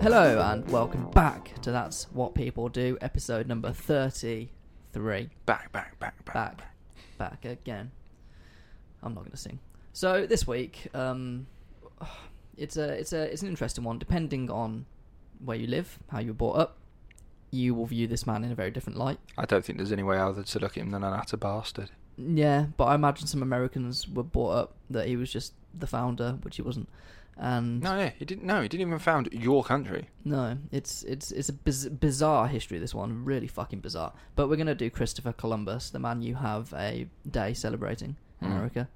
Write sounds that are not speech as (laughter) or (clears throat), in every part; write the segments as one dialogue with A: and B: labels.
A: Hello and welcome back to That's What People Do, episode number 33.
B: Back, back, back, back.
A: Back, back again. I'm not going to sing. So this week, um, it's a it's a it's an interesting one. Depending on where you live, how you were brought up, you will view this man in a very different light.
B: I don't think there's any way other to look at him than an utter bastard.
A: Yeah, but I imagine some Americans were brought up that he was just the founder, which he wasn't. And
B: No, yeah, he didn't. No, he didn't even found your country.
A: No, it's it's it's a biz- bizarre history. This one really fucking bizarre. But we're gonna do Christopher Columbus, the man you have a day celebrating in
B: Mm.
A: America,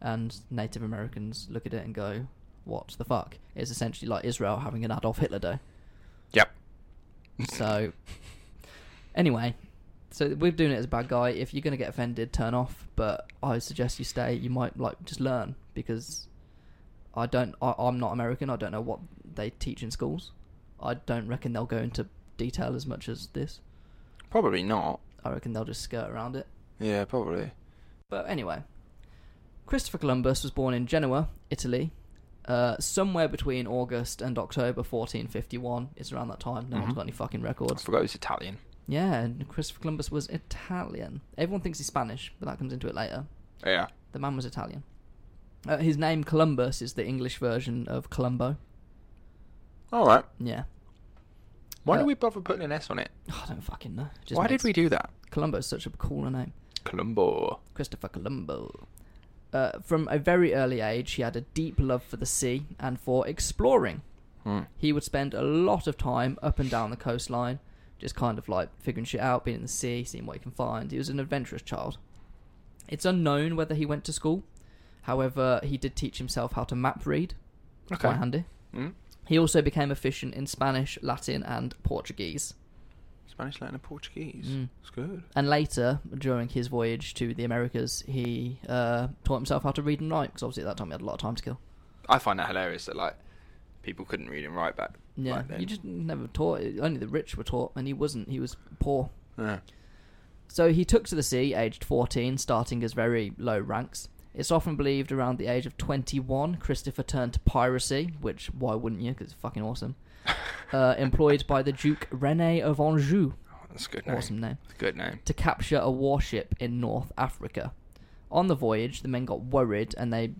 A: and Native Americans look at it and go, "What the fuck?" It's essentially like Israel having an Adolf Hitler day.
B: Yep.
A: So, anyway, so we're doing it as a bad guy. If you're gonna get offended, turn off. But I suggest you stay. You might like just learn because I don't. I, I'm not American. I don't know what they teach in schools. I don't reckon they'll go into detail as much as this.
B: Probably not.
A: I reckon they'll just skirt around it.
B: Yeah, probably.
A: But anyway, Christopher Columbus was born in Genoa, Italy, uh, somewhere between August and October 1451. It's around that time. No one's got any fucking
B: I
A: records.
B: forgot he's Italian.
A: Yeah, and Christopher Columbus was Italian. Everyone thinks he's Spanish, but that comes into it later.
B: Yeah.
A: The man was Italian. Uh, his name Columbus is the English version of Columbo.
B: All right.
A: Yeah. (sighs)
B: Why
A: Uh,
B: do we bother putting an S on it?
A: Oh, I don't fucking know. It just
B: Why did
A: makes-
B: we do that?
A: Columbo's such a cooler name.
B: Colombo.
A: Christopher Columbo. Uh, from a very early age, he had a deep love for the sea and for exploring.
B: Hmm.
A: He would spend a lot of time up and down the coastline, just kind of like figuring shit out, being in the sea, seeing what he can find. He was an adventurous child. It's unknown whether he went to school. However, he did teach himself how to map read.
B: Okay.
A: Quite handy.
B: Mm.
A: He also became efficient in Spanish, Latin, and Portuguese.
B: Spanish, Latin, and Portuguese.
A: Mm.
B: It's good.
A: And later, during his voyage to the Americas, he uh, taught himself how to read and write because obviously at that time he had a lot of time to kill.
B: I find that hilarious that like people couldn't read and write back.
A: Yeah,
B: back then.
A: he just never taught. Only the rich were taught, and he wasn't. He was poor.
B: Yeah.
A: So he took to the sea aged 14, starting as very low ranks. It's often believed around the age of 21, Christopher turned to piracy, which why wouldn't you? Because it's fucking awesome. Uh, employed by the Duke Rene of Anjou,
B: Oh, That's a good name.
A: awesome name,
B: It's a good name.
A: to capture a warship in North Africa. On the voyage, the men got worried and they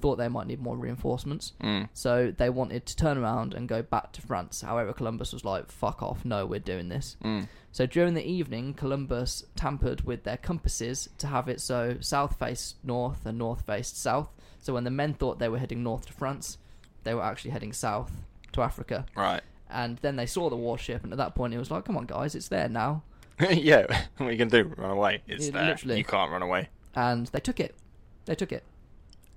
A: thought they might need more reinforcements.
B: Mm.
A: So they wanted to turn around and go back to France. However, Columbus was like, fuck off, no, we're doing this.
B: Mm.
A: So during the evening, Columbus tampered with their compasses to have it so south faced north and north faced south. So when the men thought they were heading north to France, they were actually heading south to Africa.
B: Right.
A: And then they saw the warship, and at that point, it was like, come on, guys, it's there now.
B: (laughs) yeah, what are you gonna do? Run away? It's
A: Yeah,
B: there.
A: literally.
B: You can't run away.
A: and they took it. They took it.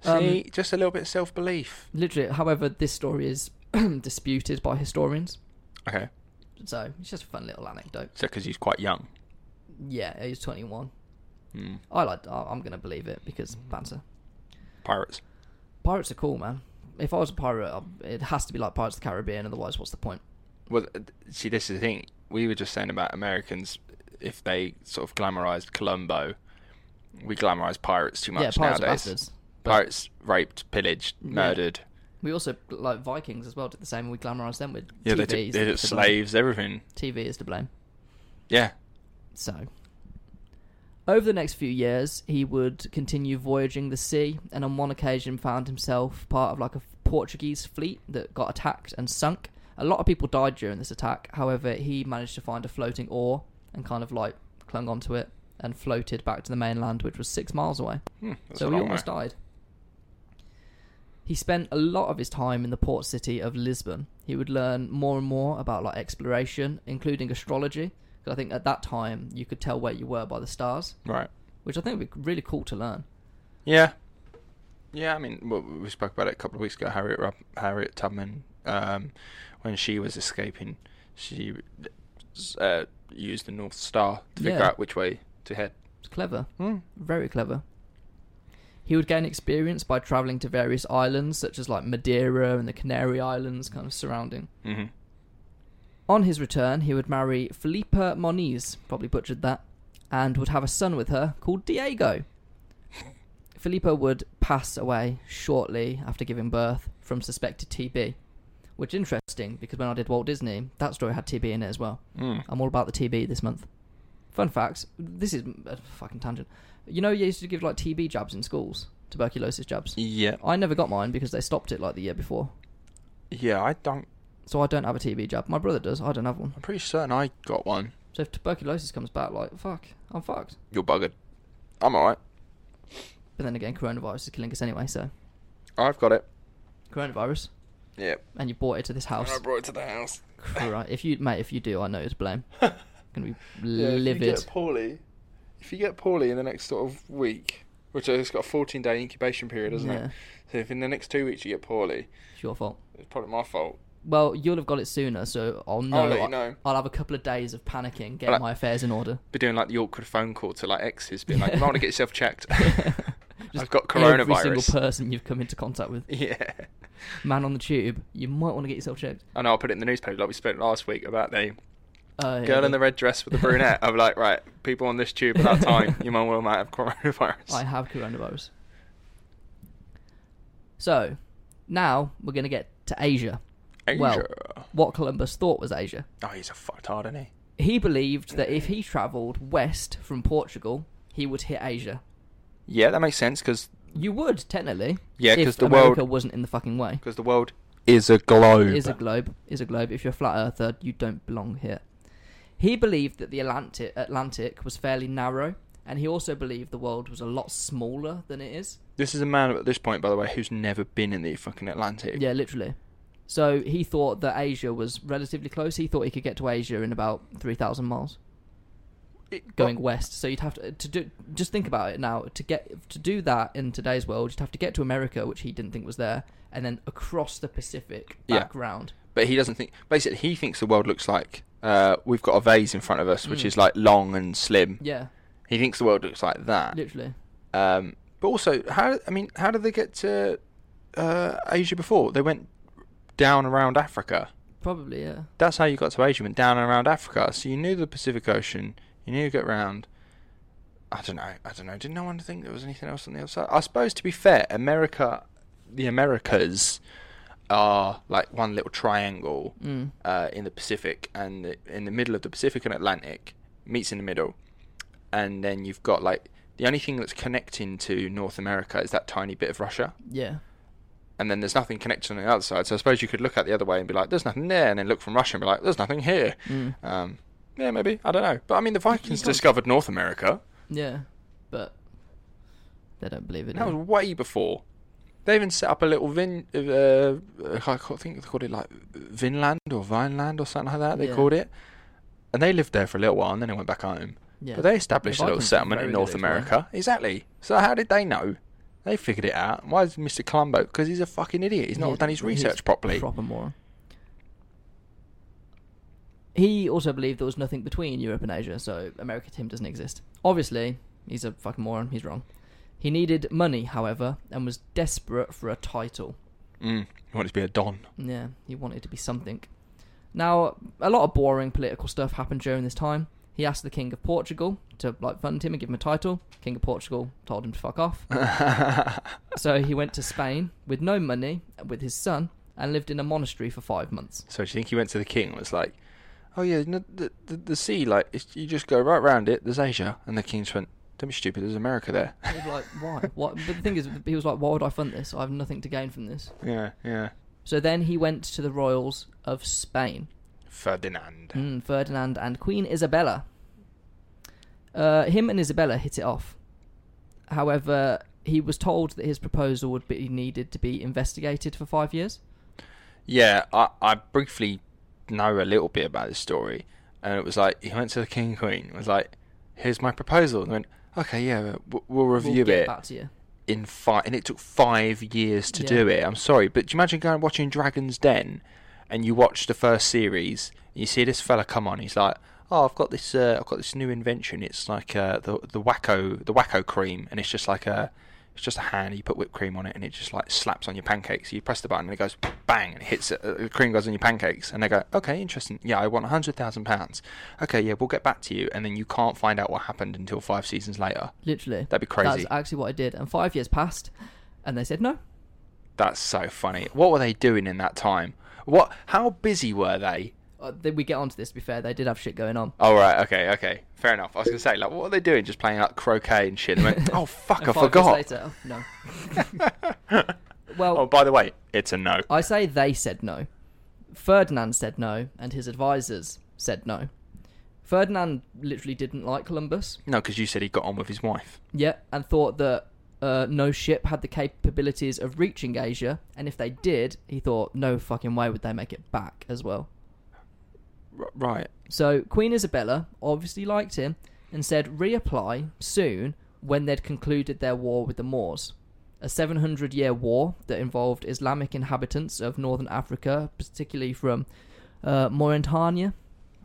A: Um,
B: See, just a little bit of self belief.
A: Literally, however, this story is (clears throat) disputed by historians.
B: Okay,
A: So it's just a fun little anecdote.
B: so because he's quite young. hmm,
A: Yeah, he's 21. I like. I- I'm gonna believe it because banter.
B: Pirates.
A: Pirates are cool, man. If I was a pirate, I- it has to be like Pirates of the Caribbean. Otherwise, what's the point?
B: Well, th- see, this is the thing. We were just saying about Americans if they sort of glamorized Columbo. We glamorize pirates too much
A: yeah, pirates
B: nowadays.
A: are bastards. But
B: Pirates raped, pillaged, murdered.
A: we also like Vikings as well. Did the same. and We glamorized them with
B: Yeah, they
A: TVs.
B: took, they took
A: to blame.
B: slaves, everything.
A: TV is to blame.
B: Yeah.
A: So, over the next few years, he would continue voyaging the sea, and on one occasion found himself part of like a Portuguese fleet that got attacked and sunk. A lot of people died during this attack. However, he managed to find a floating oar and kind of like clung onto it and floated back to the mainland, which was six miles away.
B: Hmm, that's
A: so
B: a
A: he
B: long
A: almost
B: way.
A: died. He spent a lot of his time in the port city of Lisbon. He would learn more and more about like exploration, including astrology, because I think at that time you could tell where you were by the stars,
B: Right.
A: which I think would be really cool to learn.
B: Yeah. Yeah, I mean, well, we spoke about it a couple of weeks ago. Harriet Rub- Harriet Tubman, um, when she was escaping, she uh, used the North Star to figure
A: Yeah. Hmm.
B: out which way to head.
A: It's clever. Very clever. He would gain experience by travelling to various islands, such as like Madeira and the Canary Islands, kind of surrounding.
B: Mm-hmm.
A: On his return, he would marry Felipa Moniz, probably butchered that, and would have a son with her called Diego. Felipa would pass away shortly after giving birth from suspected TB, which interesting because when I did Walt Disney, that story had TB in it as well.
B: Mm.
A: I'm all about the TB this month. Fun facts. This is a fucking tangent. You know, you used to give like TB jabs in schools, tuberculosis jabs.
B: Yeah.
A: I never got mine because they stopped it like the year before,
B: Yeah, I don't.
A: so I don't have a TB jab. My brother does. I don't have one.
B: I'm pretty certain I got one.
A: So if tuberculosis comes back, like fuck, I'm fucked.
B: You're buggered. I'm alright.
A: But then again, coronavirus is killing us anyway. So
B: I've got it.
A: coronavirus,
B: Yeah.
A: and you brought it to this house.
B: brought it to the house.
A: right? If you, mate, if you do, I know it's
B: (laughs)
A: blame. I'm gonna be livid.
B: poorly, if you get poorly in the next sort of week, which has got a 14 day incubation period, doesn't
A: Yeah.
B: it? So if in the next two weeks you get poorly,
A: it's your fault.
B: it's probably my fault.
A: Well, you'll have got it sooner, so I'll know.
B: let you
A: I-
B: know.
A: I'll have a couple of days of panicking, getting
B: Like-
A: my affairs in order.
B: be doing like the awkward phone call to like exes, being like, "You might want to get
A: (laughs)
B: yourself checked. (laughs) I've got
A: Every single
B: coronavirus."
A: person you've come into contact with,
B: Yeah,
A: man on the tube, you might want to get yourself checked.
B: I know. I put it in the newspaper like we spoke last week about the
A: Uh,
B: girl in the red dress with the brunette. I'm like, right, people on this tube at that time, you might well might have coronavirus.
A: (laughs) I have coronavirus. So, now we're gonna get to Asia.
B: Asia.
A: Well, what Columbus thought was Asia.
B: oh, he's a fucktard, isn't he?
A: He believed that if he travelled west from Portugal, he would hit Asia.
B: Yeah, that makes sense because
A: You would technically,
B: Yeah,
A: if
B: 'cause the
A: America
B: world-
A: wasn't in the fucking way.
B: the world is a globe.
A: Is a globe, is a globe. If you're a flat earther, you don't belong here. He believed that the Atlantic, Atlantic was fairly narrow, and he also believed the world was a lot smaller than it is.
B: this is a man at this point, by the way, who's never been in the fucking Atlantic.
A: Yeah, literally. So he thought that Asia was relatively close. He thought he could get to Asia in about three thousand miles.
B: It-
A: going west. So you'd have to to do just think about it now. To get to do that in today's world, you'd have to get to America, which he didn't think was there, and then across the Pacific
B: Yeah.
A: background.
B: but he doesn't think. Basically, he thinks the world looks like uh, we've got a vase in front of us,
A: Mm.
B: which is like long and slim.
A: Yeah,
B: He thinks the world looks like that.
A: literally.
B: Um, but also, how I mean, how did they get to uh, Asia before? They went down around Africa.
A: Probably, yeah.
B: That's how you got to Asia. Went down and around Africa. So you knew the Pacific Ocean. You knew you get round. I don't know. I don't know. Didn't no one think there was anything else on the other side? I suppose to be fair, America, the Americas, are like one little triangle uh, in the Pacific, and the, in the middle of the Pacific and Atlantic meets in the middle, and then you've got like the only thing that's connecting to North America is that tiny bit of Russia,
A: Yeah.
B: and then there's nothing connected on the other side. So I suppose you could look at the other way and be like, "There's nothing there," and then look from Russia and be like, "There's nothing here." Um, yeah, maybe I don't know, but I mean, the Vikings discovered North America.
A: Yeah. But they don't believe it.
B: That
A: do
B: was
A: they?
B: way before. They even set up a little vin. Uh, I can't- think they called it like Vinland or Vineland or something like that. They
A: Yeah.
B: called it, and they lived there for a little while, and then they went back home.
A: Yeah.
B: But they established
A: The
B: a little
A: Vikings were
B: settlement
A: very
B: in
A: good
B: North
A: at exploring.
B: America. Exactly. So how did they know? They figured it out. Why is Mr. Columbo? Because he's a fucking idiot. He's not
A: Yeah,
B: done his
A: he's
B: research properly.
A: Proper moron. He also believed there was nothing between Europe and Asia, so America to him doesn't exist. Obviously, he's a fucking moron. He's wrong. He needed money, however, and was desperate for a title.
B: mm. He wanted to be a don.
A: Yeah, he wanted to be something. Now, a lot of boring political stuff happened during this time. He asked the King of Portugal to like fund him and give him a title. King of Portugal told him to fuck off. so he went to Spain with no money with his son and lived in a monastery for five months.
B: So do you think he went to the king and was like, "Oh yeah, no, the, the the sea, like it's, you just go right round it. There's Asia." And the king just went, "Don't be stupid. There's America there." (laughs)
A: He was like, (laughs) why? What? But the thing is, he was like, why would I fund this? I have nothing to gain from this.
B: yeah, yeah.
A: So then he went to the royals of Spain.
B: Ferdinand.
A: Mm, Ferdinand and Queen Isabella. Uh, him and Isabella hit it off. However, he was told that his proposal would be needed to be investigated for five years.
B: Yeah, I, I briefly know a little bit about this story, and it was like he went to the king and queen, and was like, "Here's my proposal," and they went, "Okay, yeah, we'll, we'll
A: We'll
B: review
A: get
B: it
A: back to you.
B: in five." And it took five years to
A: Yeah.
B: do it. I'm sorry, but do you imagine going and watching Dragon's Den, and you watch the first series, and you see this fella come on, he's like. Oh, I've got this. Uh, I've got this new invention. It's like uh, the the wacko the wacko cream, and it's just like a it's just a hand. You put whipped cream on it, and it just like slaps on your pancakes. You press the button, and it goes bang, and it hits it. uh, The cream goes on your pancakes, and they go, okay, interesting. Yeah, I want a hundred thousand pounds. Okay, yeah, we'll get back to you, and then you can't find out what happened until five seasons later.
A: Literally.
B: That'd be crazy.
A: That's actually what I did. And five years passed, and they said no.
B: That's so funny. What were they doing in that time? What? How busy were they?
A: Uh, then we get onto this, to be fair. They did have shit going on.
B: Oh right, okay, okay, fair enough. I was gonna say like, what were they doing? Just playing like croquet and shit.
A: (laughs)
B: They went, oh fuck, I
A: And five years
B: forgot.
A: later, oh, no.
B: (laughs)
A: well,
B: Oh, by the way, it's a no.
A: I say they said no. Ferdinand said no, and his advisors said no. Ferdinand literally didn't like Columbus,
B: No, because you said he got on with his wife.
A: yeah, and thought that uh, no ship had the capabilities of reaching Asia, and if they did, he thought no fucking way would they make it back as well.
B: R- right.
A: So Queen Isabella obviously liked him and said reapply soon when they'd concluded their war with the Moors. A 700 year war that involved Islamic inhabitants of northern Africa, particularly from uh, Mauritania,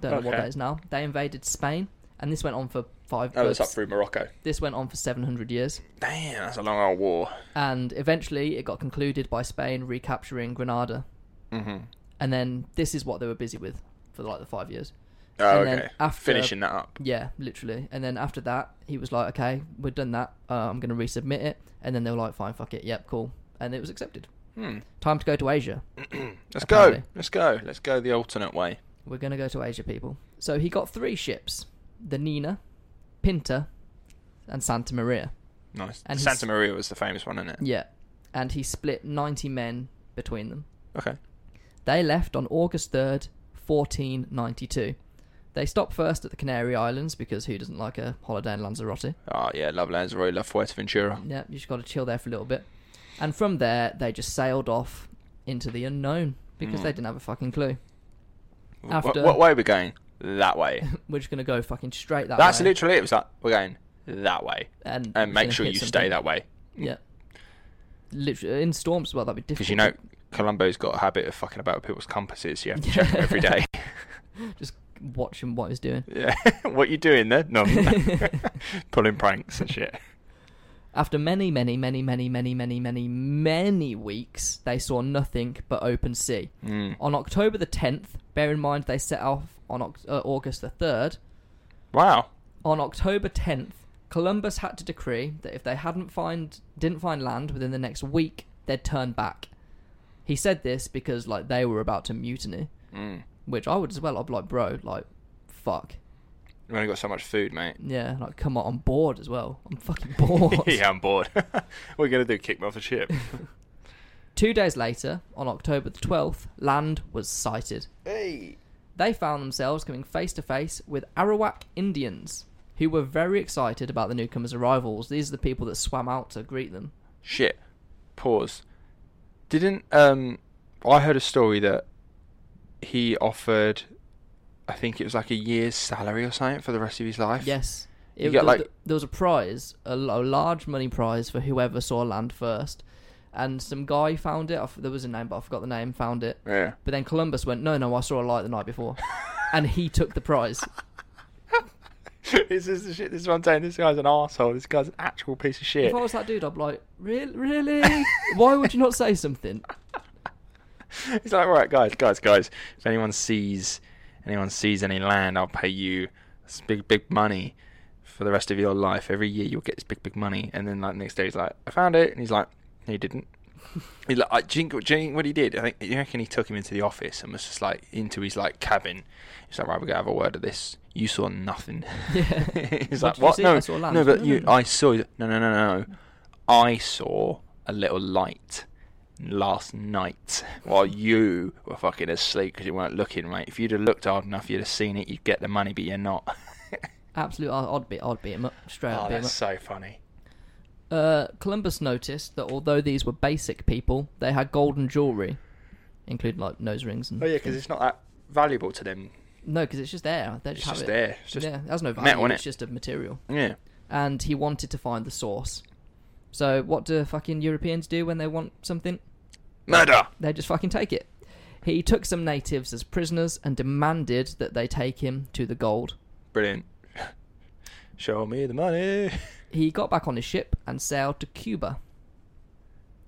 A: don't know what
B: Okay.
A: that is now. They invaded Spain, and this went on for five.
B: Oh, it's
A: uh,
B: up through Morocco.
A: This went on for 700 years,
B: Damn, that's a long old war.
A: and eventually it got concluded by Spain recapturing Granada.
B: Mhm.
A: And then this is what they were busy with for like the five years.
B: Oh,
A: And then
B: okay.
A: after-
B: Finishing that up.
A: Yeah, literally. And then after that, he was like, "Okay, we've done that. Uh, I'm going to resubmit it." And then they were like, "Fine, fuck it. Yep, cool." And it was accepted.
B: Hmm.
A: Time to go to Asia.
B: Let's
A: Apparently.
B: go. Let's go. Let's go the alternate way.
A: We're going to go to Asia, people. So he got three ships: the Nina, Pinta, and Santa Maria.
B: Nice.
A: And
B: Santa
A: he's-
B: Maria was the famous one, isn't it?
A: Yeah, and he split 90 men between them.
B: Okay.
A: They left on August 3rd, 1492. They stopped first at the Canary Islands because who doesn't like a holiday in Lanzarote?
B: Oh yeah, love Lanzarote, love Fuerteventura.
A: Yeah, you just got to chill there for a little bit. And from there, they just sailed off into the unknown because
B: Hmm.
A: they didn't have a fucking clue.
B: W-
A: After-
B: What, way are we going? That way.
A: (laughs) We're just gonna go fucking straight that
B: That's
A: way.
B: literally it. It was like we're going that way,
A: and,
B: and
A: we're gonna
B: make sure
A: hit
B: you
A: something.
B: stay that way
A: Yeah, literally in storms. Well, that'd be difficult.
B: because you know Columbo's got a habit of fucking about with people's compasses.
A: (laughs)
B: You have to check them every day. (laughs)
A: just watching what he's doing.
B: yeah. what you doing there?
A: (laughs)
B: No. Pulling pranks and shit.
A: After many, many, many, many, many, many, many, many weeks, they saw nothing but open sea.
B: Mm.
A: On October the 10th, bear in mind they set off on Oc- uh, August the 3rd,
B: Wow.
A: on October 10th, Columbus had to decree that if they hadn't find didn't find land within the next week, they'd turn back. He said this because like they were about to mutiny,
B: Mm.
A: which I would as well. I'd be like, bro, like, fuck,
B: We've only got so much food, mate.
A: yeah, like come on, I'm bored as well. I'm
B: (laughs)
A: fucking bored.
B: yeah, I'm bored. (laughs) we're gonna do kick me off
A: (laughs)
B: the ship.
A: Two days later, on October the 12th, land was sighted.
B: hey.
A: They found themselves coming face to face with Arawak Indians, who were very excited about the newcomers' arrivals. These are the people that swam out to greet them.
B: Shit. Pause. Didn't um I heard a story that he offered I think it was like a year's salary or something for the rest of his life.
A: Yes.
B: You
A: It-
B: get,
A: there, was-
B: like-
A: there was a prize, a, l- a large money prize for whoever saw land first. And some guy found it. I f- there was a name, but I forgot the name. Found it.
B: Yeah.
A: But then Columbus went, no, no, I saw a light the night
B: (laughs)
A: before. and he took the prize.
B: (laughs) this is the shit. This is what I'm saying. This guy's an asshole. This guy's an actual piece of shit.
A: If I was that dude, I'd be like, really? really? Why would you not say something?
B: (laughs) He's like, right, guys, guys, guys. If anyone sees, anyone sees any land, I'll pay you this big, big money for the rest of your life. Every year you'll get this big, big money. And then like next day he's like, I found it, and he's like, no, you didn't. He's like, I, do, you think, do you think what he did? I think you reckon he took him into the office and was just like into his like cabin. He's like, right, we're gonna have a word of this. You saw nothing. (laughs) he's
A: What did
B: like,
A: you
B: what?
A: see?
B: No,
A: I saw land."
B: no, but
A: No,
B: you,
A: no, no.
B: I saw. No, no, no, no. I saw a little light last night while you were fucking asleep because you weren't looking, mate. If you'd have looked hard enough, you'd have seen it. You'd get the money, but you're not.
A: Absolute, I'd I'd beat, I'd beat him up. Straight
B: oh,
A: up beat him
B: that's
A: up.
B: so funny.
A: Uh, Columbus noticed that although these were basic people, they had golden jewellery, including like nose rings and.
B: Oh yeah, because it's not that valuable to them.
A: No, because it's just there. They just
B: It's
A: have
B: just
A: it.
B: there. It's just
A: yeah, it has no value.
B: metal, innit?
A: it's just a material.
B: yeah.
A: And he wanted to find the source. So what do fucking Europeans do when they want something?
B: Murder.
A: They just fucking take it. He took some natives as prisoners and demanded that they take him to the gold.
B: Brilliant. (laughs) Show me the money.
A: He got back on his ship and sailed to Cuba,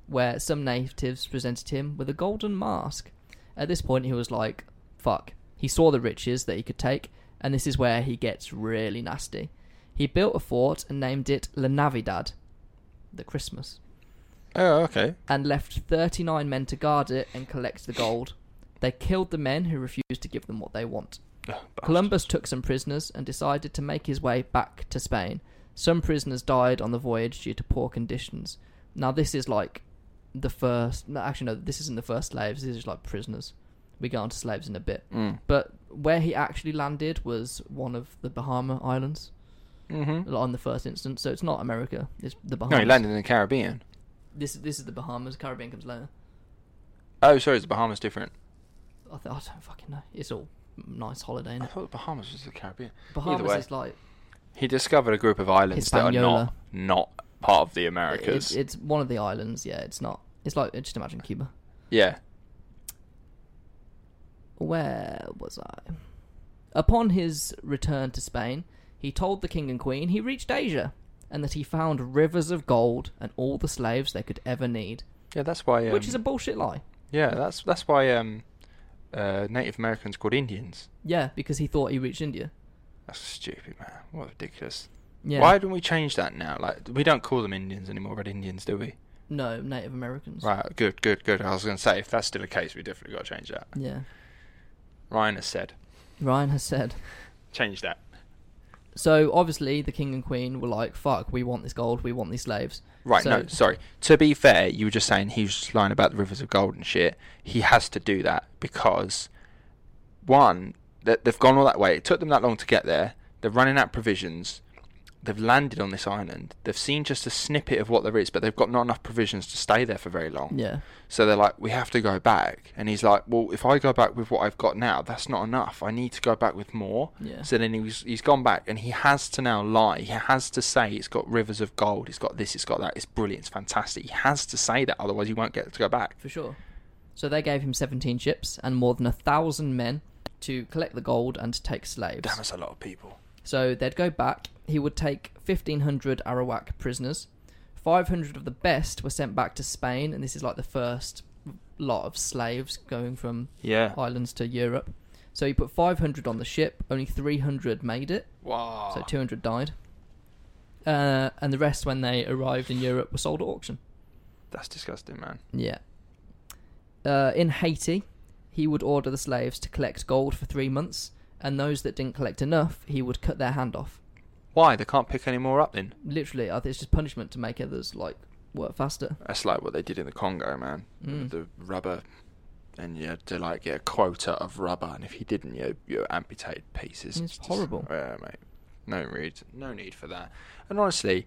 A: where some natives presented him with a golden mask. At this point, he was like, fuck. He saw the riches that he could take, and this is where he gets really nasty. He built a fort and named it La Navidad, the Christmas,
B: (laughs) Oh, okay.
A: and left 39 men to guard it and collect the gold. They killed the men who refused to give them what they want.
B: Ah,
A: Columbus took some prisoners and decided to make his way back to Spain. Some prisoners died on the voyage due to poor conditions. Now this is like the first. No, actually, no, this isn't the first slaves. This is like prisoners. We get onto slaves in a bit.
B: Mm.
A: But where he actually landed was one of the Bahama Islands. Mm-hmm. On the first instance, so it's not America. It's the Bahamas.
B: Hmm. No, he landed in the Caribbean.
A: This this is the Bahamas. Caribbean comes later.
B: Oh, sorry, is the Bahamas different?
A: I, th- I don't fucking know. It's all nice holiday.
B: I
A: Innit?
B: thought the Bahamas was the Caribbean.
A: Bahamas
B: way.
A: is like
B: He discovered a group of islands that are
A: Hispaniola.
B: not not part of the
A: It- It's,
B: Americas.
A: it's one of the islands. Yeah, it's not. It's like just imagine Cuba.
B: yeah.
A: Where was I? Upon his return to Spain, he told the king and queen he reached Asia and that he found rivers of gold and all the slaves they could ever need,
B: Yeah, that's why. Um,
A: which is a bullshit lie.
B: yeah, that's that's why um, uh, Native Americans called Indians.
A: Yeah, because he thought he reached India.
B: That's stupid, man. What ridiculous.
A: Yeah.
B: Why don't we change that now? Like, we don't call them Indians anymore, but Indians, do we?
A: No, Native Americans.
B: Right. Good. Good. Good. I was going to say, if that's still the case, we definitely got to change that.
A: Yeah.
B: Ryan has said,
A: Ryan has said.
B: change that.
A: So obviously, the king and queen were like, "Fuck, we want this gold. We want these slaves."
B: Right,
A: So-
B: no, sorry. To be fair, you were just saying he was just lying about the rivers of gold and shit. He has to do that because, one, that they've gone all that way. It took them that long to get there. They're running out of provisions. They've landed on this island. They've seen just a snippet of what there is, but they've got not enough provisions to stay there for very long.
A: Yeah.
B: So they're like, we have to go back. And he's like, well, if I go back with what I've got now, that's not enough. I need to go back with more.
A: Yeah.
B: So then he's, he's gone back and he has to now lie. He has to say it's got rivers of gold. It's got this, it's got that. It's brilliant. It's fantastic. He has to say that. Otherwise, he won't get to go back.
A: for sure. So they gave him 17 ships and more than a thousand men to collect the gold and to take slaves.
B: Damn, that's a lot of people.
A: So they'd go back. He would take 1,500 Arawak prisoners. 500 of the best were sent back to Spain, and this is like the first lot of slaves going from
B: Yeah.
A: islands to Europe. So he put 500 on the ship. Only 300 made it.
B: Wow.
A: So 200 died. Uh, and the rest, when they arrived in Europe, were sold at auction.
B: that's disgusting, man.
A: Yeah. Uh, in Haiti, he would order the slaves to collect gold for three months, and those that didn't collect enough, he would cut their hand off.
B: Why? They can't pick any more up then.
A: Literally, I think it's just punishment to make others like work faster.
B: That's like what they did in the Congo, man.
A: Mm.
B: with The rubber. And you had to like get a quota of rubber, and if you didn't, you you amputated pieces.
A: It's
B: just-
A: horrible.
B: Yeah, mate. No need, no need for that. And honestly,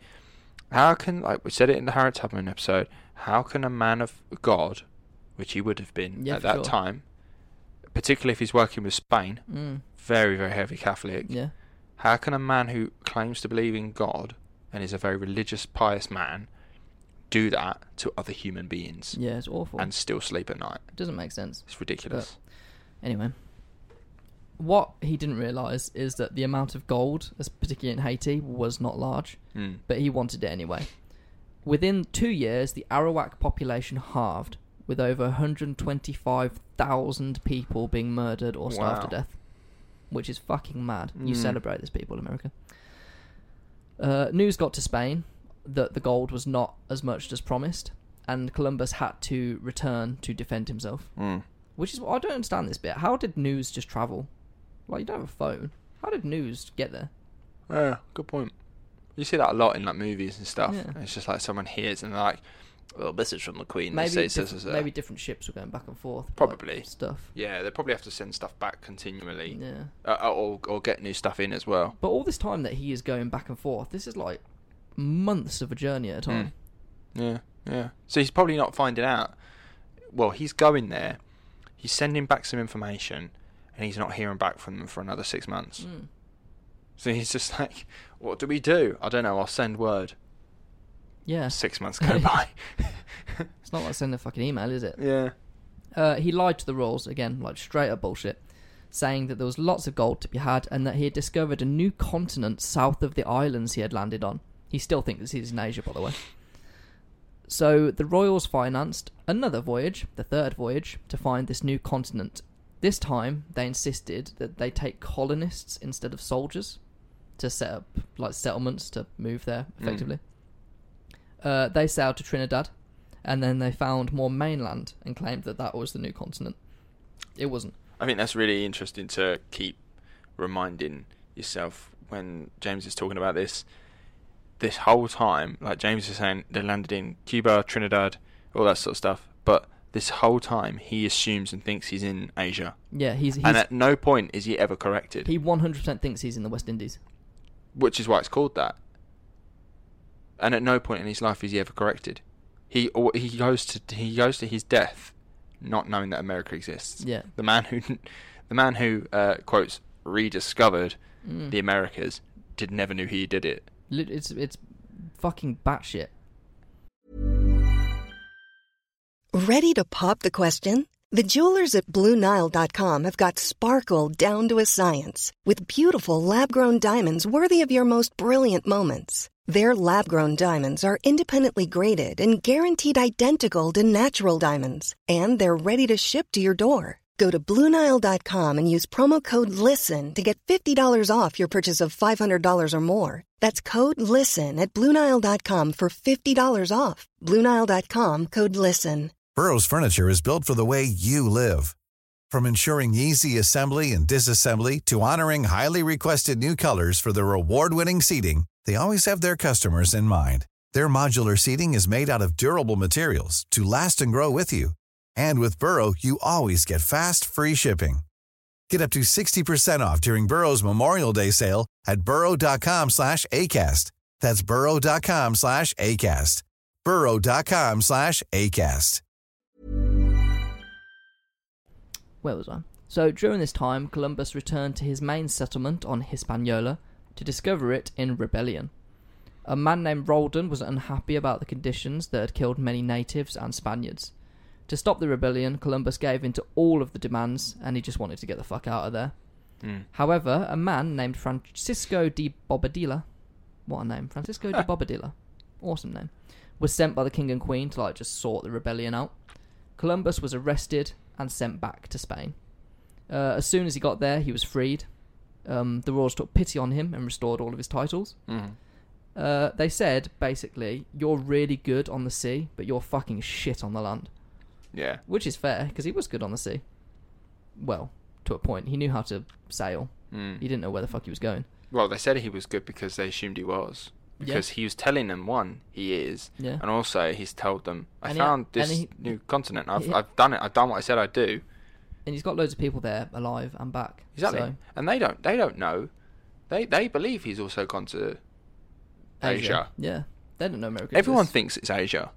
B: how can like we said it in the Harriet Tubman episode? How can a man of God, which he would have been
A: Yeah,
B: at
A: for
B: that
A: sure.
B: time, particularly if he's working with Spain,
A: Mm.
B: very very heavy Catholic.
A: Yeah.
B: How can a man who claims to believe in God and is a very religious, pious man do that to other human beings
A: Yeah, it's awful.
B: and still sleep at night?
A: it doesn't make sense.
B: It's ridiculous.
A: Anyway, what he didn't realise is that the amount of gold, as particularly in Haiti, was not large,
B: Mm.
A: but he wanted it anyway. Within two years, the Arawak population halved, with over 125,000 people being murdered or starved to
B: Wow.
A: death, which is fucking mad. You
B: Mm.
A: celebrate this, people, America. Uh, news got to Spain that the gold was not as much as promised, and Columbus had to return to defend himself.
B: Mm.
A: Which is what I don't understand this bit. How did news just travel? Like you don't have a phone. How did news get there?
B: Yeah, good point. You see that a lot in like movies and stuff.
A: Yeah.
B: It's just like someone hears and they're like, "Well, this is from the Queen."
A: Maybe
B: they say, so,
A: different,
B: so, so."
A: maybe different ships were going back and forth. like,
B: Probably.
A: stuff.
B: Yeah, they probably have to send stuff back continually,
A: Yeah.
B: uh, or or get new stuff in as well.
A: But all this time that he is going back and forth, this is like months of a journey at a time.
B: Yeah, yeah. So he's probably not finding out. Well, he's going there. He's sending back some information, and he's not hearing back from them for another six months.
A: Mm. Hmm.
B: So he's just like, "What do we do? I don't know. I'll send word."
A: Yeah.
B: Six months
A: (laughs)
B: go by.
A: It's not like sending a fucking email, is it?
B: yeah.
A: Uh, he lied to the royals again, like straight up bullshit, saying that there was lots of gold to be had and that he had discovered a new continent south of the islands he had landed on. He still thinks he's in Asia, by the way. So the royals financed another voyage, the third voyage, to find this new continent. This time, they insisted that they take colonists instead of soldiers to set up like settlements to move there effectively. Uh, they sailed to Trinidad, and then they found more mainland and claimed that that was the new continent. It wasn't.
B: I think that's really interesting to keep reminding yourself when James is talking about this. This whole time, like James is saying, they landed in Cuba, Trinidad, all that sort of stuff. But this whole time, he assumes and thinks he's in Asia,
A: Yeah, he's, he's
B: and at no point is he ever corrected,
A: he 100% thinks he's in the West Indies.
B: which is why it's called that. And at no point in his life is he ever corrected. He or he goes to he goes to his death, not knowing that America exists.
A: Yeah.
B: The man who, (laughs) the man who uh, quotes rediscovered
A: Mm.
B: the Americas did never knew he did it.
A: Li- It's it's fucking batshit.
C: Ready to pop the question? The jewelers at BlueNile.com have got sparkle down to a science with beautiful lab grown diamonds worthy of your most brilliant moments. Their lab grown diamonds are independently graded and guaranteed identical to natural diamonds, and they're ready to ship to your door. Go to BlueNile.com and use promo code LISTEN to get $50 off your purchase of $500 or more. That's code LISTEN at BlueNile.com for $50 off. BlueNile.com code LISTEN.
D: Burrow's furniture is built for the way you live. From ensuring easy assembly and disassembly to honoring highly requested new colors for their award-winning seating, they always have their customers in mind. Their modular seating is made out of durable materials to last and grow with you. And with Burrow, you always get fast, free shipping. Get up to 60% off during Burrow's Memorial Day sale at burrow.com slash ACAST. That's burrow.com slash ACAST. burrow.com slash ACAST.
A: Where was I? So during this time, Columbus returned to his main settlement on Hispaniola to discover it in rebellion. A man named Roldan was unhappy about the conditions that had killed many natives and Spaniards. To stop the rebellion, Columbus gave in to all of the demands and he just wanted to get the fuck out of there. However, a man named Francisco de Bobadilla, what a name, Francisco de Bobadilla, awesome name, was sent by the king and queen to like just sort the rebellion out. Columbus was arrested and sent back to Spain. Uh, as soon as he got there, he was freed. Um, the royals took pity on him and restored all of his titles.
B: Mm-hmm.
A: Uh, they said, basically, you're really good on the sea, but you're fucking shit on the land.
B: Yeah,
A: Which is fair, because he was good on the sea. Well, to a point. He knew how to sail.
B: Mm.
A: He didn't know where the fuck he was going.
B: Well, they said he was good because they assumed he was.
A: Yeah.
B: Because he was telling them one he is,
A: Yeah.
B: and also he's told them I
A: And he-
B: found
A: and
B: this
A: he-
B: new continent. I've
A: he-
B: I've done it. I've done what I said I'd do.
A: And he's got loads of people there, alive and back.
B: Exactly.
A: So,
B: And they don't they don't know. They they believe he's also gone to Asia.
A: Yeah. They don't know America.
B: Everyone
A: exists,
B: thinks it's Asia.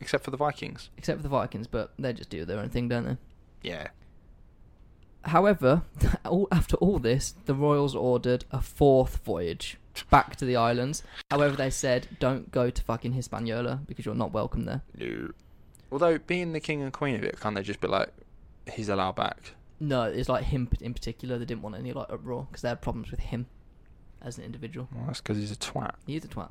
B: Except for the Vikings.
A: Except for the Vikings, but they just do their own thing, don't they?
B: Yeah.
A: However, (laughs) all, after all this, the royals ordered a fourth voyage back to the islands. However, they said, don't go to fucking Hispaniola because you're not welcome there.
B: No. Although being the king and queen of it, can't they just be like, he's allowed back?
A: No, it's like him in particular. They didn't want any like uproar because they had problems with him as an individual.
B: Well, that's because he's a twat.
A: He is a twat.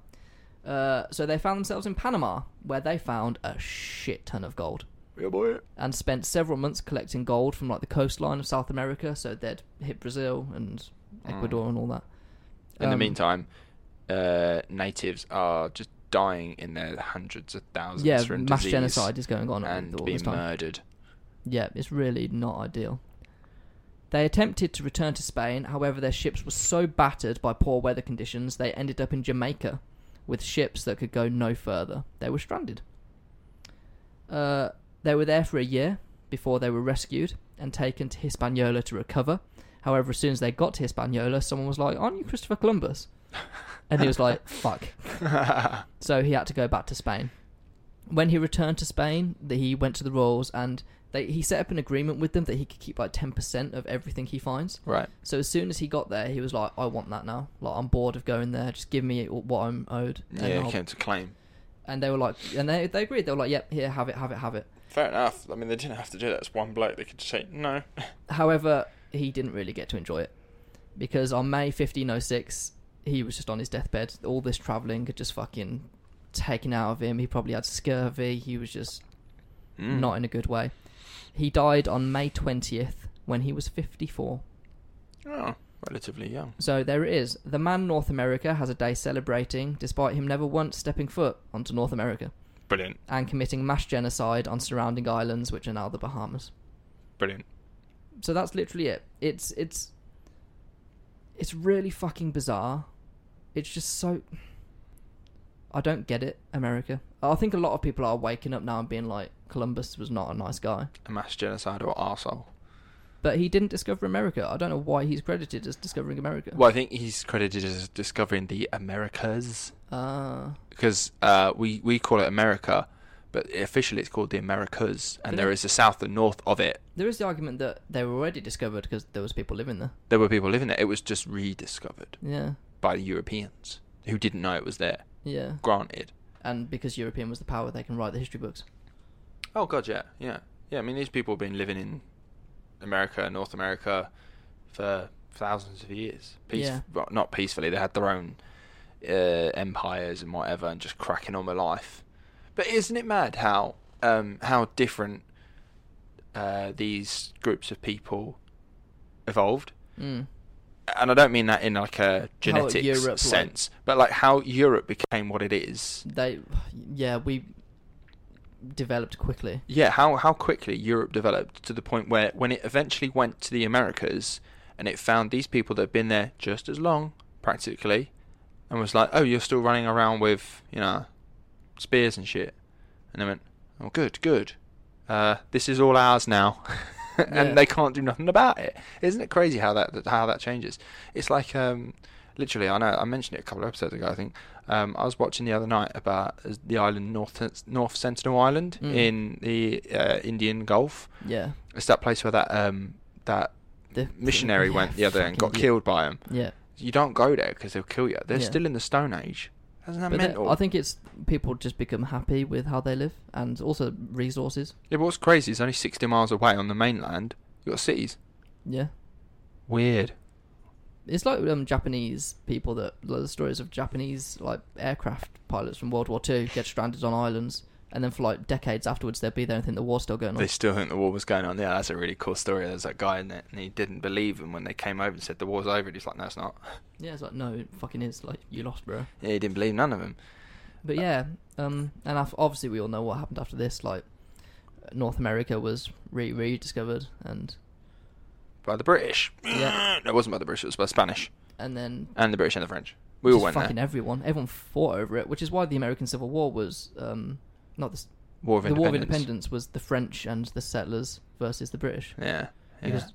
A: Uh, so they found themselves in Panama, where they found a shit ton of gold.
B: Yeah, boy.
A: and spent several months collecting gold from like the coastline of South America. So they'd hit Brazil and
B: Hmm.
A: Ecuador and all that.
B: In the
A: Um,
B: meantime, uh, natives are just dying in their hundreds of thousands
A: yeah,
B: from
A: mass
B: disease
A: genocide is going on
B: and
A: all
B: being
A: this time.
B: murdered.
A: Yeah, it's really not ideal. They attempted to return to Spain, however, their ships were so battered by poor weather conditions they ended up in Jamaica with ships that could go no further. They were stranded. Uh, they were there for a year before they were rescued and taken to Hispaniola to recover. However, as soon as they got to Hispaniola, someone was like, Aren't you Christopher Columbus? And he was like, Fuck. so he had to go back to Spain when he returned to Spain, that he went to the Royals and they, he set up an agreement with them that he could keep like ten percent of everything he finds.
B: Right.
A: So as soon as he got there, he was like, "I want that now. Like I'm bored of going there. Just give me what I'm owed." And,
B: Yeah,
A: I'll-"
B: came to claim.
A: and they were like, and they they agreed. They were like, "Yep, here, have it, have it, have it."
B: Fair enough. I mean, they didn't have to do that. It's one bloke. They could just say no. (laughs)
A: However, he didn't really get to enjoy it because on May 1506, he was just on his deathbed. All this traveling had just fucking taken out of him. He probably had scurvy. He was just not in a good way. He died on May 20th when he was 54.
B: Oh, relatively young.
A: So there it is. The man North America has a day celebrating, despite him never once stepping foot onto North America
B: Brilliant.
A: and committing mass genocide on surrounding islands, which are now the Bahamas.
B: Brilliant.
A: so that's literally it. It's it's it's really fucking bizarre. It's just so I don't get it, America. I think a lot of people are waking up now and being like, Columbus was not a nice guy,
B: A mass genocide or arsehole.
A: but he didn't discover America. I don't know why he's credited as discovering America.
B: Well, I think he's credited as discovering the Americas
A: Uh,
B: because uh, we we call it America, but officially it's called the Americas, and there is the south and north of it.
A: there is the argument that they were already discovered because there was people living there.
B: There were people living there. It was just rediscovered
A: Yeah,
B: by the Europeans who didn't know it was there.
A: yeah,
B: Granted.
A: and because European was the power, they can write the history books.
B: Oh God, yeah, yeah, yeah. I mean, these people have been living in America, North America, for thousands of years. Peace,
A: Yeah.
B: well, not peacefully. They had their own uh, empires and whatever, and just cracking on with life. But isn't it mad how um, how different uh, these groups of people evolved?
A: Mm.
B: And I don't mean that in like a genetics
A: Europe, like-
B: sense, but like how Europe became what it is.
A: They, yeah, we developed quickly.
B: Yeah, how how quickly Europe developed to the point where when it eventually went to the Americas and it found these people that had been there just as long, practically, and was like, Oh, you're still running around with, you know, spears and shit and they went, Oh good, good. Uh, this is all ours now (laughs) and
A: Yeah.
B: they can't do nothing about it. Isn't it crazy how that how that changes? It's like um literally I know I mentioned it a couple of episodes ago I think um, I was watching the other night about the island North North Sentinel Island
A: Mm.
B: in the uh, Indian Gulf.
A: Yeah,
B: It's that place where that um, that
A: the
B: missionary
A: yeah,
B: went the other day and got
A: fucking-
B: killed by him.
A: Yeah,
B: You don't go there because they'll kill you. They're
A: Yeah.
B: still in the Stone Age. Isn't that
A: But then-
B: mental?
A: I think it's people just become happy with how they live and also resources.
B: Yeah, but what's crazy is only 60 miles away on the mainland. You got cities.
A: Yeah,
B: Weird.
A: it's like um, Japanese people that like the stories of Japanese like aircraft pilots from World War Two get stranded on islands and then for like decades afterwards they'll be there and think the war's still going on.
B: They still think the war was going on. Yeah, that's a really cool story. There's that guy in it, and he didn't believe him when they came over and said the war's over. And he's like, no, it's not.
A: Yeah, it's like no, it fucking is like you lost, bro.
B: (laughs) Yeah, he didn't believe none of them.
A: But yeah, um, and af- obviously we all know what happened after this. Like North America was re rediscovered and
B: By the British.
A: Yeah.
B: (gasps) no, it wasn't by the British. It was by the Spanish.
A: and then
B: And the British and the French. We all
A: just
B: went there.
A: fucking everyone. Everyone fought over it, which is why the American Civil War was um, not the, s-
B: War of
A: the War of
B: Independence.
A: Independence was the French and the settlers versus the British,
B: Yeah. yeah.
A: because,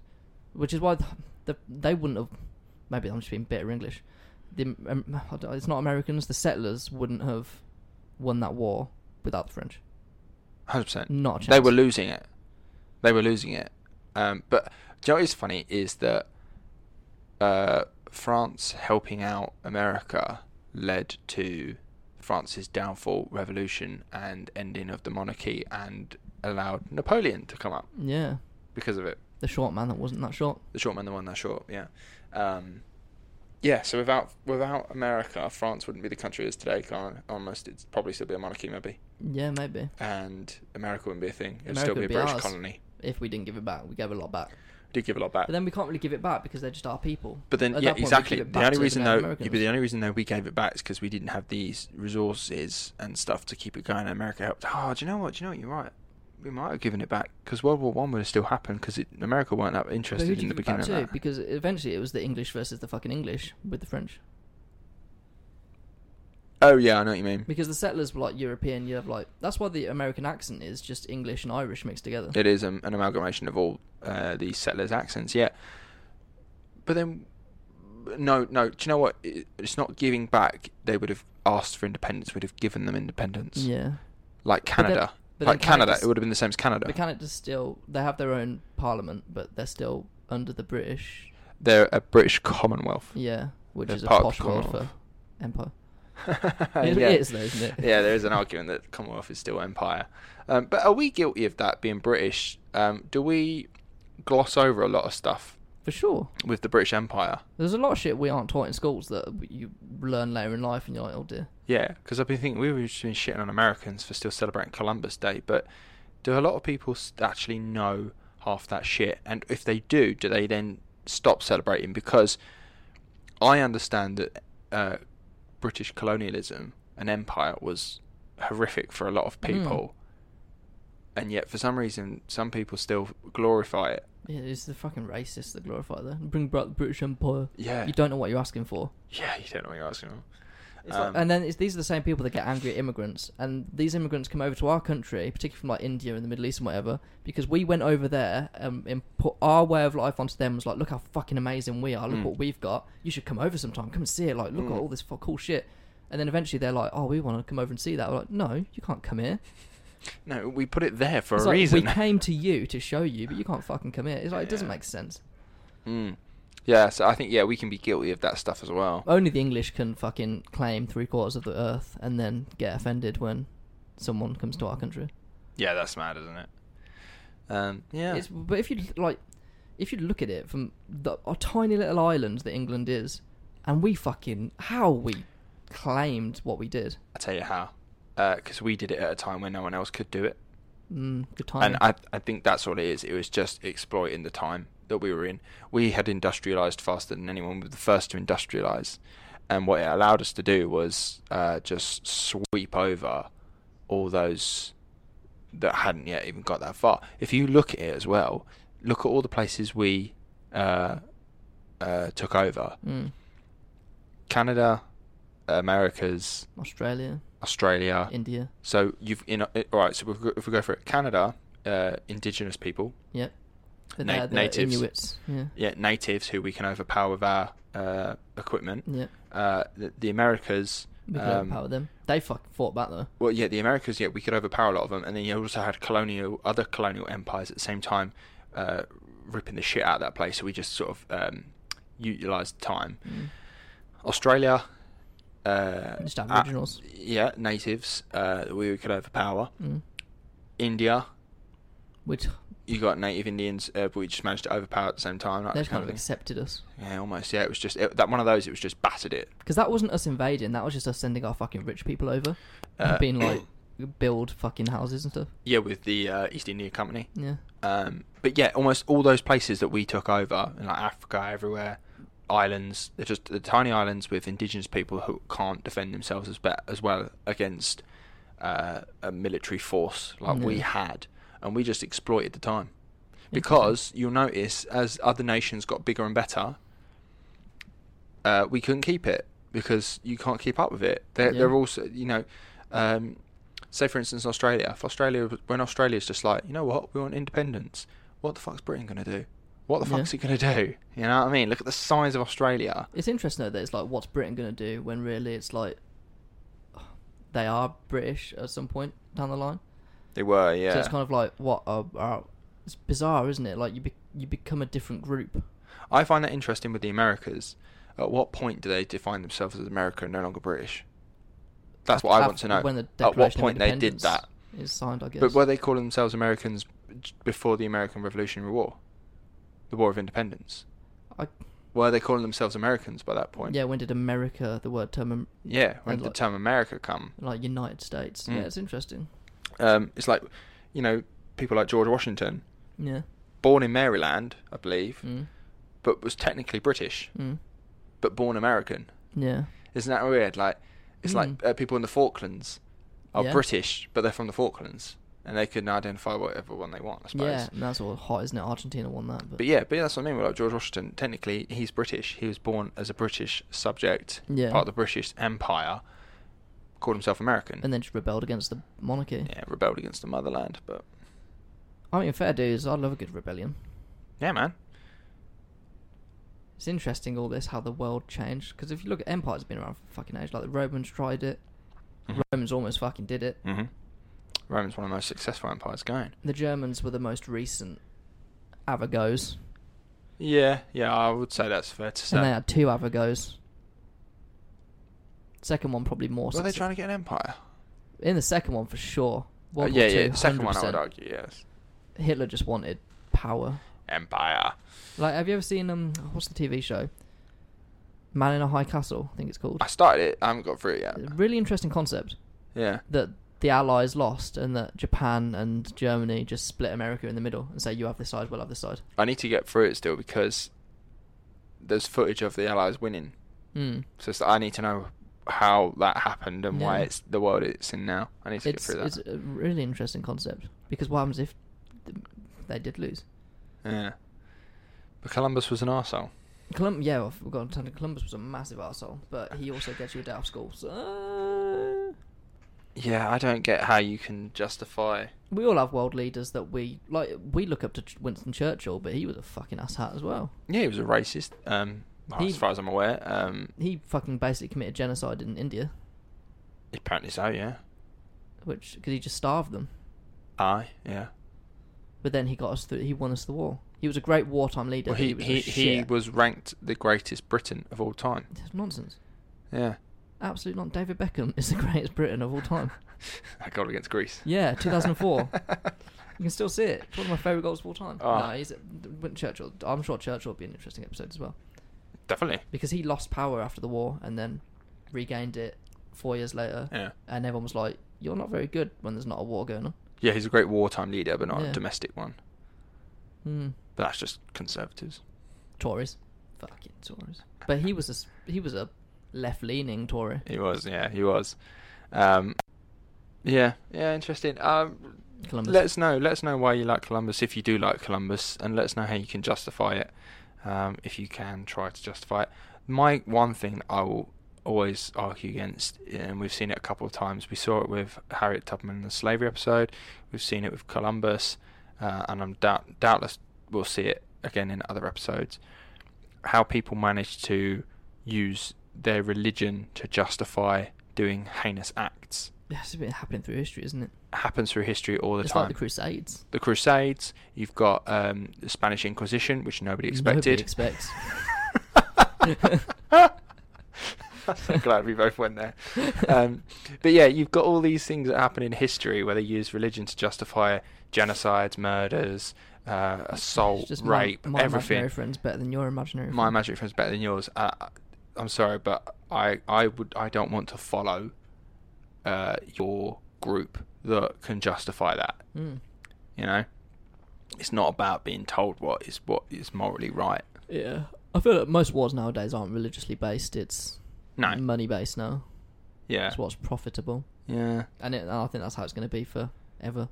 A: which is why the, the, they wouldn't have. Maybe I'm just being bitter English. The, um, I don't- it's not Americans. The settlers wouldn't have won that war without the French.
B: 100%.
A: Not a chance.
B: They were losing it. They were losing it. Um, but you know what is funny is that uh, France helping out America led to France's downfall, revolution, and ending of the monarchy, and allowed Napoleon to come up
A: Yeah.
B: because of it.
A: The short man that wasn't that short.
B: The short man, the one that's short, yeah. Um, yeah, so without without America, France wouldn't be the country it is today. Kind of, almost, it'd probably still be a monarchy, maybe,
A: Yeah, maybe.
B: and America wouldn't be a thing. It'd
A: America
B: still be a
A: would be
B: British
A: ours.
B: colony.
A: If we didn't give it back, we gave a lot back.
B: Did give a lot back.
A: But then we can't really give it back because they're just our people.
B: But then,
A: At
B: yeah,
A: that point, we
B: exactly.
A: give it
B: The
A: back
B: only
A: to
B: reason though,
A: Native
B: yeah, but
A: Americans.
B: the only reason though we gave it back is because we didn't have these resources and stuff to keep it going. And America helped. Oh, do you know what? Do you know what? You're right. We might have given it back because World War One would have still happened because America weren't that
A: But who
B: interested
A: did
B: in
A: you
B: the
A: give it back
B: beginning of
A: to?
B: that.
A: Because eventually it was the English versus the fucking English with the French.
B: Oh yeah, I know what you mean.
A: Because the settlers were like European. You have like that's why the American accent is just English and Irish mixed together.
B: It is um, an amalgamation of all uh, these settlers' accents. Yeah, but then no, no. Do you know what? It- It's not giving back. They would have asked for independence. Would have given them independence.
A: Yeah,
B: Like
A: then-
B: Canada.
A: but
B: like
A: then Canada's-
B: Canada, it would have been the same as Canada.
A: but Canada's still they have their own parliament, but they're still under the British.
B: They're a
A: (laughs)
B: British Commonwealth.
A: Yeah, which
B: They're
A: is a
B: part of
A: posh
B: the
A: word for
B: Commonwealth.
A: empire.
B: (laughs) yeah.
A: It it is though, isn't it?
B: yeah, there is an argument that Commonwealth is still empire. Um, but are we guilty of that being British? Um, do we gloss over a lot of stuff
A: For sure.
B: with the British Empire?
A: There's a lot of shit we aren't taught in schools that you learn later in life, and you're like, oh dear.
B: Yeah, because I've been thinking we've just been shitting on Americans for still celebrating Columbus Day, but do a lot of people s- actually know half that shit? And if they do, do they then stop celebrating? Because I understand that uh, British colonialism and empire was horrific for a lot of
A: Hmm.
B: people, and yet for some reason, some people still glorify it.
A: Yeah, it's the fucking racists that glorify that. Bring back the British Empire.
B: Yeah.
A: You don't know what you're asking for.
B: Yeah, you don't know what you're asking. for.
A: It's
B: Um,
A: like- and then it's, these are the same people that get angry at immigrants, and these immigrants come over to our country, particularly from like India and the Middle East and whatever, because we went over there um, and put our way of life onto them. Was like, look how fucking amazing we are! Look
B: Mm.
A: what we've got. You should come over sometime. Come and see it. Like, look at all this fu- cool shit. And then eventually they're like, oh, we want to come over and see that. We're like, no, you can't come here.
B: No, we put it there for
A: It's
B: a
A: like,
B: reason.
A: we
B: (laughs)
A: came to you to show you, but you can't fucking come here. It's like it doesn't make sense.
B: Hmm. yeah, so I think yeah, we can be guilty of that stuff as well.
A: Only the English can fucking claim three quarters of the earth and then get offended when someone comes to our country.
B: Yeah, that's mad, isn't it? Um, yeah,
A: It's, but if you like, if you look at it from the our tiny little island that England is, and we fucking how we claimed what we did.
B: I tell you how, because we did it at a time when no one else could do it,
A: Mm, good time.
B: and I I think that's all it is. It was just exploiting the time that we were in. We had industrialized faster than anyone. We were the first to industrialize, and what it allowed us to do was uh, just sweep over all those that hadn't yet even got that far. If you look at it as well, look at all the places we uh, uh, took over:
A: Mm,
B: Canada, Americas,
A: Australia,
B: Australia.
A: India.
B: So you've in uh, all right. So we've got, if we go for it, Canada, uh, indigenous people,
A: Yep. But
B: Na-
A: they're the
B: natives.
A: Inuits. Yeah.
B: yeah, natives who we can overpower with our uh, equipment.
A: Yeah.
B: Uh, the, the Americas,
A: We could
B: um,
A: overpower them. They fuck fought back though.
B: well, yeah, the Americas, yeah, we could overpower a lot of them, and then you also had colonial, other colonial empires at the same time, uh, ripping the shit out of that place. So we just sort of um, utilized time.
A: Mm.
B: Australia, uh,
A: Just
B: uh,
A: Aboriginals.
B: yeah, natives, uh, we could overpower.
A: Mm.
B: India,
A: Which
B: you got native Indians, uh, but we just managed to overpower at the same time. Like,
A: they
B: that
A: just kind of
B: thing.
A: accepted us
B: yeah, almost. Yeah, it was just it, that one of those. It was just battered it.
A: because that wasn't us invading. That was just us sending our fucking rich people over,
B: Uh,
A: and being
B: (clears throat)
A: like build fucking houses and stuff.
B: Yeah, with the uh, East India Company.
A: Yeah.
B: Um, but yeah, almost all those places that we took over, in like Africa, everywhere, islands. They're just the tiny islands with indigenous people who can't defend themselves as be- as well against uh, a military force like we had, and we just exploited the time. Because you'll notice as other nations got bigger and better, uh, we couldn't keep it because you can't keep up with it. They're,
A: Yeah.
B: they're also, you know, um, say for instance Australia. If Australia, when Australia's just like, you know what, we want independence. What the fuck's Britain gonna do? What the
A: Yeah.
B: fuck's it gonna do? You know what I mean? Look at the size of Australia.
A: It's interesting though that it's like, what's Britain going to do when really it's like they are British at some point down the line.
B: They were,
A: So
B: yeah.
A: it's kind of like, what are, are it's bizarre, isn't it? Like you be- you become a different group.
B: I find that interesting with the Americas. At what point do they define themselves as America and no longer British? That's what I want to know.
A: When the
B: At
A: Declaration
B: what
A: of
B: point they did
A: Independence
B: that?
A: is signed, I guess.
B: But were they calling themselves Americans j- before the American Revolutionary War, the War of Independence?
A: I,
B: Were they calling themselves Americans by that point?
A: yeah, when did America the word term um,
B: Yeah. When did
A: And
B: the
A: like-
B: term America come?
A: like United States?
B: Mm.
A: Yeah, it's interesting.
B: Um, it's like, you know, people like George Washington,
A: Yeah.
B: born in Maryland, I believe,
A: Mm.
B: but was technically British,
A: Mm.
B: but born American.
A: Yeah.
B: Isn't that weird? Like, it's like
A: Mm.
B: uh, people in the Falklands are
A: Yeah.
B: British, but they're from the Falklands, and they can identify whatever one they want, I suppose.
A: Yeah, and that's all hot, isn't it? Argentina won that, but,
B: But yeah, but yeah, that's what I mean. with, Like George Washington, technically, he's British. He was born as a British subject,
A: Yeah.
B: part of the British Empire. Called himself American,
A: and then just rebelled against the monarchy.
B: yeah, rebelled against the motherland. But
A: I mean, fair dues. I love a good rebellion.
B: yeah, man,
A: It's interesting all this how the world changed because if you look at empires, have been around for fucking age. Like the Romans tried it.
B: Mm-hmm.
A: Romans almost fucking did it.
B: hmm Rome's one of the most successful empires going.
A: The Germans were the most recent Avagos,
B: Yeah, yeah, I would say that's fair to say.
A: and they had two Avagos. Second one probably more.
B: Were they
A: success-
B: trying to get an empire?
A: In the second one for sure.
B: Oh,
A: World
B: yeah,
A: War
B: yeah.
A: II,
B: The second one, I would
A: 100%.
B: argue, yes,
A: Hitler just wanted power.
B: empire.
A: Like, have you ever seen um? What's the TV show? Man in a High Castle, I think it's called.
B: I started it. I haven't got through it yet.
A: Really interesting concept.
B: Yeah.
A: that the Allies lost and that Japan and Germany just split America in the middle and say, you have this side, we'll have this side.
B: I need to get through it still because there's footage of the Allies winning.
A: Mm.
B: So it's, I need to know how that happened and why
A: Yeah.
B: it's the world it's in now. I need to
A: It's,
B: get through that.
A: it's a really interesting concept because what happens if th- they did lose?
B: Yeah. But Columbus was an arsehole.
A: Colum- yeah, well, we've got to turn to Columbus was a massive asshole, but he also gets you a day off school. So
B: Yeah, I don't get how you can justify.
A: we all have world leaders that we like. We look up to Ch- Winston Churchill, but he was a fucking asshat as well.
B: Yeah, he was a racist. Um, well,
A: He-
B: as far as I'm aware. Um,
A: He fucking basically committed genocide in India,
B: apparently so. Yeah.
A: which because he just starved them.
B: I. Yeah.
A: But then he got us through. He won us the war. He was a great wartime leader.
B: Well,
A: but
B: he
A: was a
B: he, he
A: shit.
B: was ranked the greatest Briton of all time.
A: It's nonsense.
B: Yeah.
A: Absolute not. David Beckham is the (laughs) greatest Briton of all time.
B: That goal against Greece. (laughs)
A: Yeah, 2004. you can still see it. It's one of my favourite goals of all time.
B: Ah.
A: No, he's when Churchill. I'm sure Churchill would be an interesting episode as well
B: Definitely.
A: because he lost power after the war and then regained it four years later.
B: Yeah.
A: And everyone was like, "You're not very good when there's not a war going on."
B: Yeah, he's a great wartime leader, but not a
A: Yeah.
B: domestic one.
A: Hmm.
B: But that's just conservatives.
A: Tories, fucking Tories. But he was a s- he was a left-leaning Tory.
B: He was, yeah, he was. Um, yeah, yeah, interesting. Um,
A: Columbus.
B: let us know, let us know why you like Columbus if you do like Columbus, and let us know how you can justify it. Um, if you can try to justify it, my one thing I will always argue against, and we've seen it a couple of times. We saw it with Harriet Tubman in the slavery episode. We've seen it with Columbus, uh, and I'm doubt- doubtless we'll see it again in other episodes. How people manage to use their religion to justify doing heinous acts
A: That's been happening through history, isn't it?
B: happens through history all the
A: it's
B: time
A: like the Crusades.
B: the Crusades. You've got um, the Spanish Inquisition, which
A: (laughs)
B: nobody expected.
A: Nobody
B: (laughs)
A: expects.
B: I'm glad we both went there. Um, but yeah, you've got all these things that happen in history where they use religion to justify genocides, murders, uh, assault,
A: It's just my-
B: rape,
A: my,
B: everything.
A: imaginary friend's better than your imaginary
B: My
A: friend.
B: imaginary friend's better than yours. Uh, I'm sorry, but I, I would I don't want to follow uh, your group that can justify that.
A: Mm.
B: You know, it's not about being told what is what is morally right.
A: Yeah, I feel like most wars nowadays aren't religiously based. It's
B: No,
A: money based now.
B: yeah,
A: It's what's profitable,
B: yeah.
A: and, it, and I think that's how it's going to be for ever,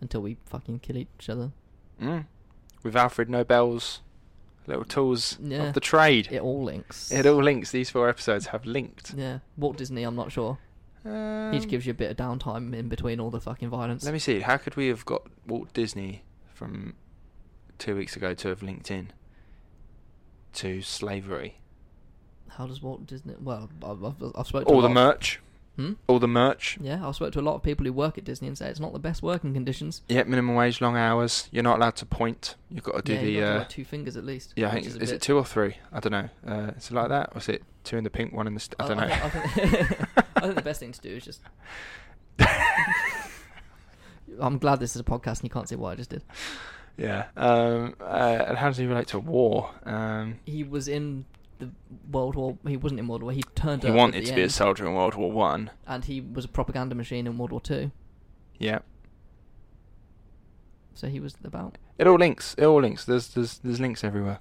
A: until we fucking kill each other.
B: Mm. With Alfred Nobel's little tools
A: Yeah.
B: of the trade.
A: It all links.
B: It all links. These four episodes have linked.
A: Yeah, Walt Disney. I'm not sure. he
B: Um,
A: just gives you a bit of downtime in between all the fucking violence.
B: let me see. How could we have got Walt Disney from two weeks ago to have linked in to slavery?
A: How does Walt Disney? Well, I've, I've, I've spoken. to
B: All
A: a
B: the
A: lot-
B: merch.
A: Hmm?
B: All the merch.
A: Yeah, I've spoken to a lot of people who work at Disney and say it's not the best working conditions.
B: Yeah, minimum wage, long hours. You're not allowed to point. You've got to do
A: yeah,
B: the.
A: you've got to
B: uh,
A: do, like, two fingers at least.
B: yeah, I think
A: which
B: is,
A: a
B: is it
A: bit-
B: two or three? I don't know. Uh, is it like that? Or is it two in the pink, one in the? St- I don't know.
A: Oh, I, think, (laughs) (laughs) I
B: (laughs)
A: think the best thing to do is just. (laughs) I'm glad this is a podcast and you can't see what I just did.
B: yeah. Um, uh, and how does he relate to war? Um,
A: He was in the World War. He wasn't in World War. He turned
B: he
A: up uh, at
B: wanted
A: the
B: to be a
A: end,
B: soldier in World War One.
A: and he was a propaganda machine in World War Two.
B: Yeah.
A: So he was about.
B: It all links. It all links. There's there's there's links everywhere.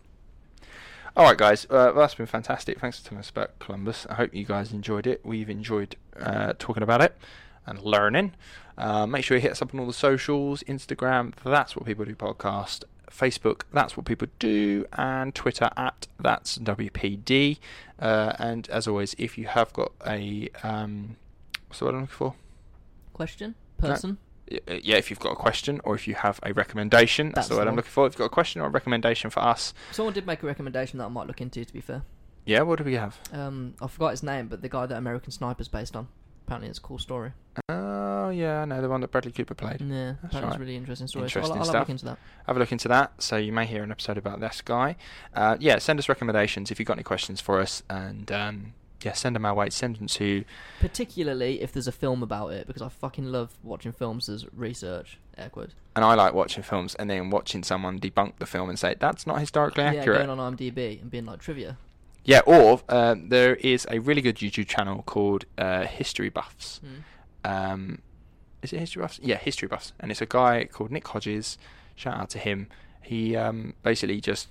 B: All right, guys. Uh, well, that's been fantastic. Thanks for telling us about Columbus. I hope you guys enjoyed it. We've enjoyed uh, talking about it and learning. Uh, make sure you hit us up on all the socials: Instagram. That's what people do. Podcast. Facebook. That's what people do. And Twitter at that's WPD. Uh, and as always, if you have got a um, what's the word I'm looking for?
A: Question? Person?
B: y- uh, yeah, if you've got a question or if you have a recommendation, that's,
A: That's
B: the
A: the
B: word I'm
A: one.
B: looking for. If you've got a question or a recommendation for us,
A: Someone did make a recommendation that I might look into, to be fair.
B: yeah, what do we have?
A: Um, I forgot his name, but the guy that American Sniper's based on. Apparently, it's a cool story.
B: Oh, yeah, I know the one that Bradley Cooper played.
A: Yeah,
B: That's
A: apparently it's
B: right.
A: a really interesting story. so
B: Interesting
A: I'll, I'll have a
B: stuff.
A: look into that.
B: Have a look into that. So you may hear an episode about this guy. Uh, yeah, send us recommendations if you've got any questions for us, and um, yeah, send them our way. Send them to
A: Particularly if there's a film about it, because I fucking love watching films as research. Air quotes.
B: and I like watching films and then watching someone debunk the film and say that's not historically
A: Yeah,
B: accurate.
A: going on IMDb and being like trivia.
B: Yeah, or um, there is a really good YouTube channel called uh, History Buffs. Um, is it History Buffs? Yeah, History Buffs. And it's a guy called Nick Hodges. Shout out to him. He um, basically just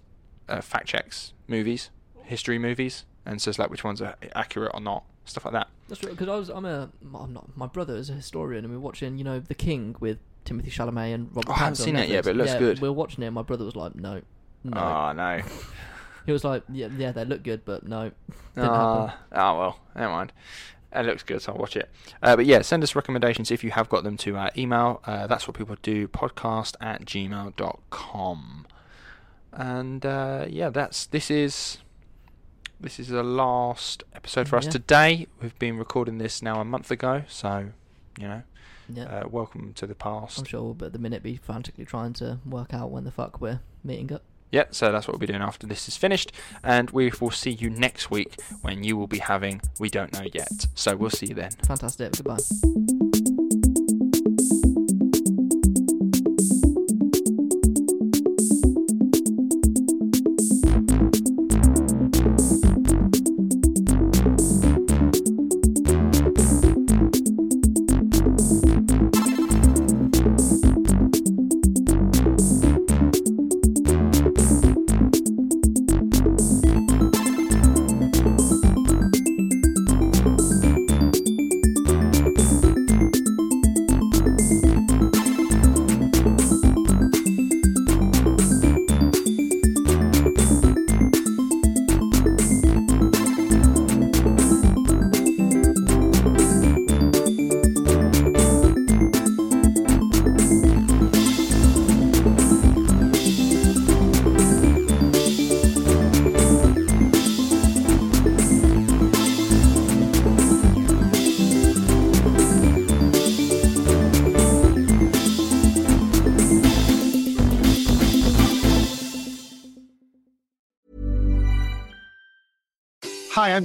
B: uh, fact checks movies, history movies, and says like which ones are accurate or not, stuff like that.
A: That's right. Because I was, I'm a, I'm not. My brother is a historian, and we we're watching, you know, The King with Timothy Chalamet and Robert.
B: Oh, I haven't
A: Pattinson on
B: seen it yet,
A: Netflix.
B: but it looks
A: Yeah,
B: good.
A: We were watching it. and My brother was like, no, no.
B: Oh no.
A: He was like, yeah, yeah, they look good, but no. Didn't happen.
B: Ah, oh well, never mind. It looks good, so I'll watch it. Uh, but yeah, send us recommendations if you have got them to our email. Uh, that's what people do, podcast at gmail.com. And uh, yeah, that's this is this is the last episode for us
A: Yeah.
B: today. We've been recording this now a month ago, so you know,
A: Yeah.
B: uh, welcome to the past.
A: I'm sure we'll be at the minute be frantically trying to work out when the fuck we're meeting up.
B: Yeah, so that's what we'll be doing after this is finished. And we will see you next week when you will be having We Don't Know Yet. So we'll see you then.
A: Fantastic. Goodbye.
E: Hi, I'm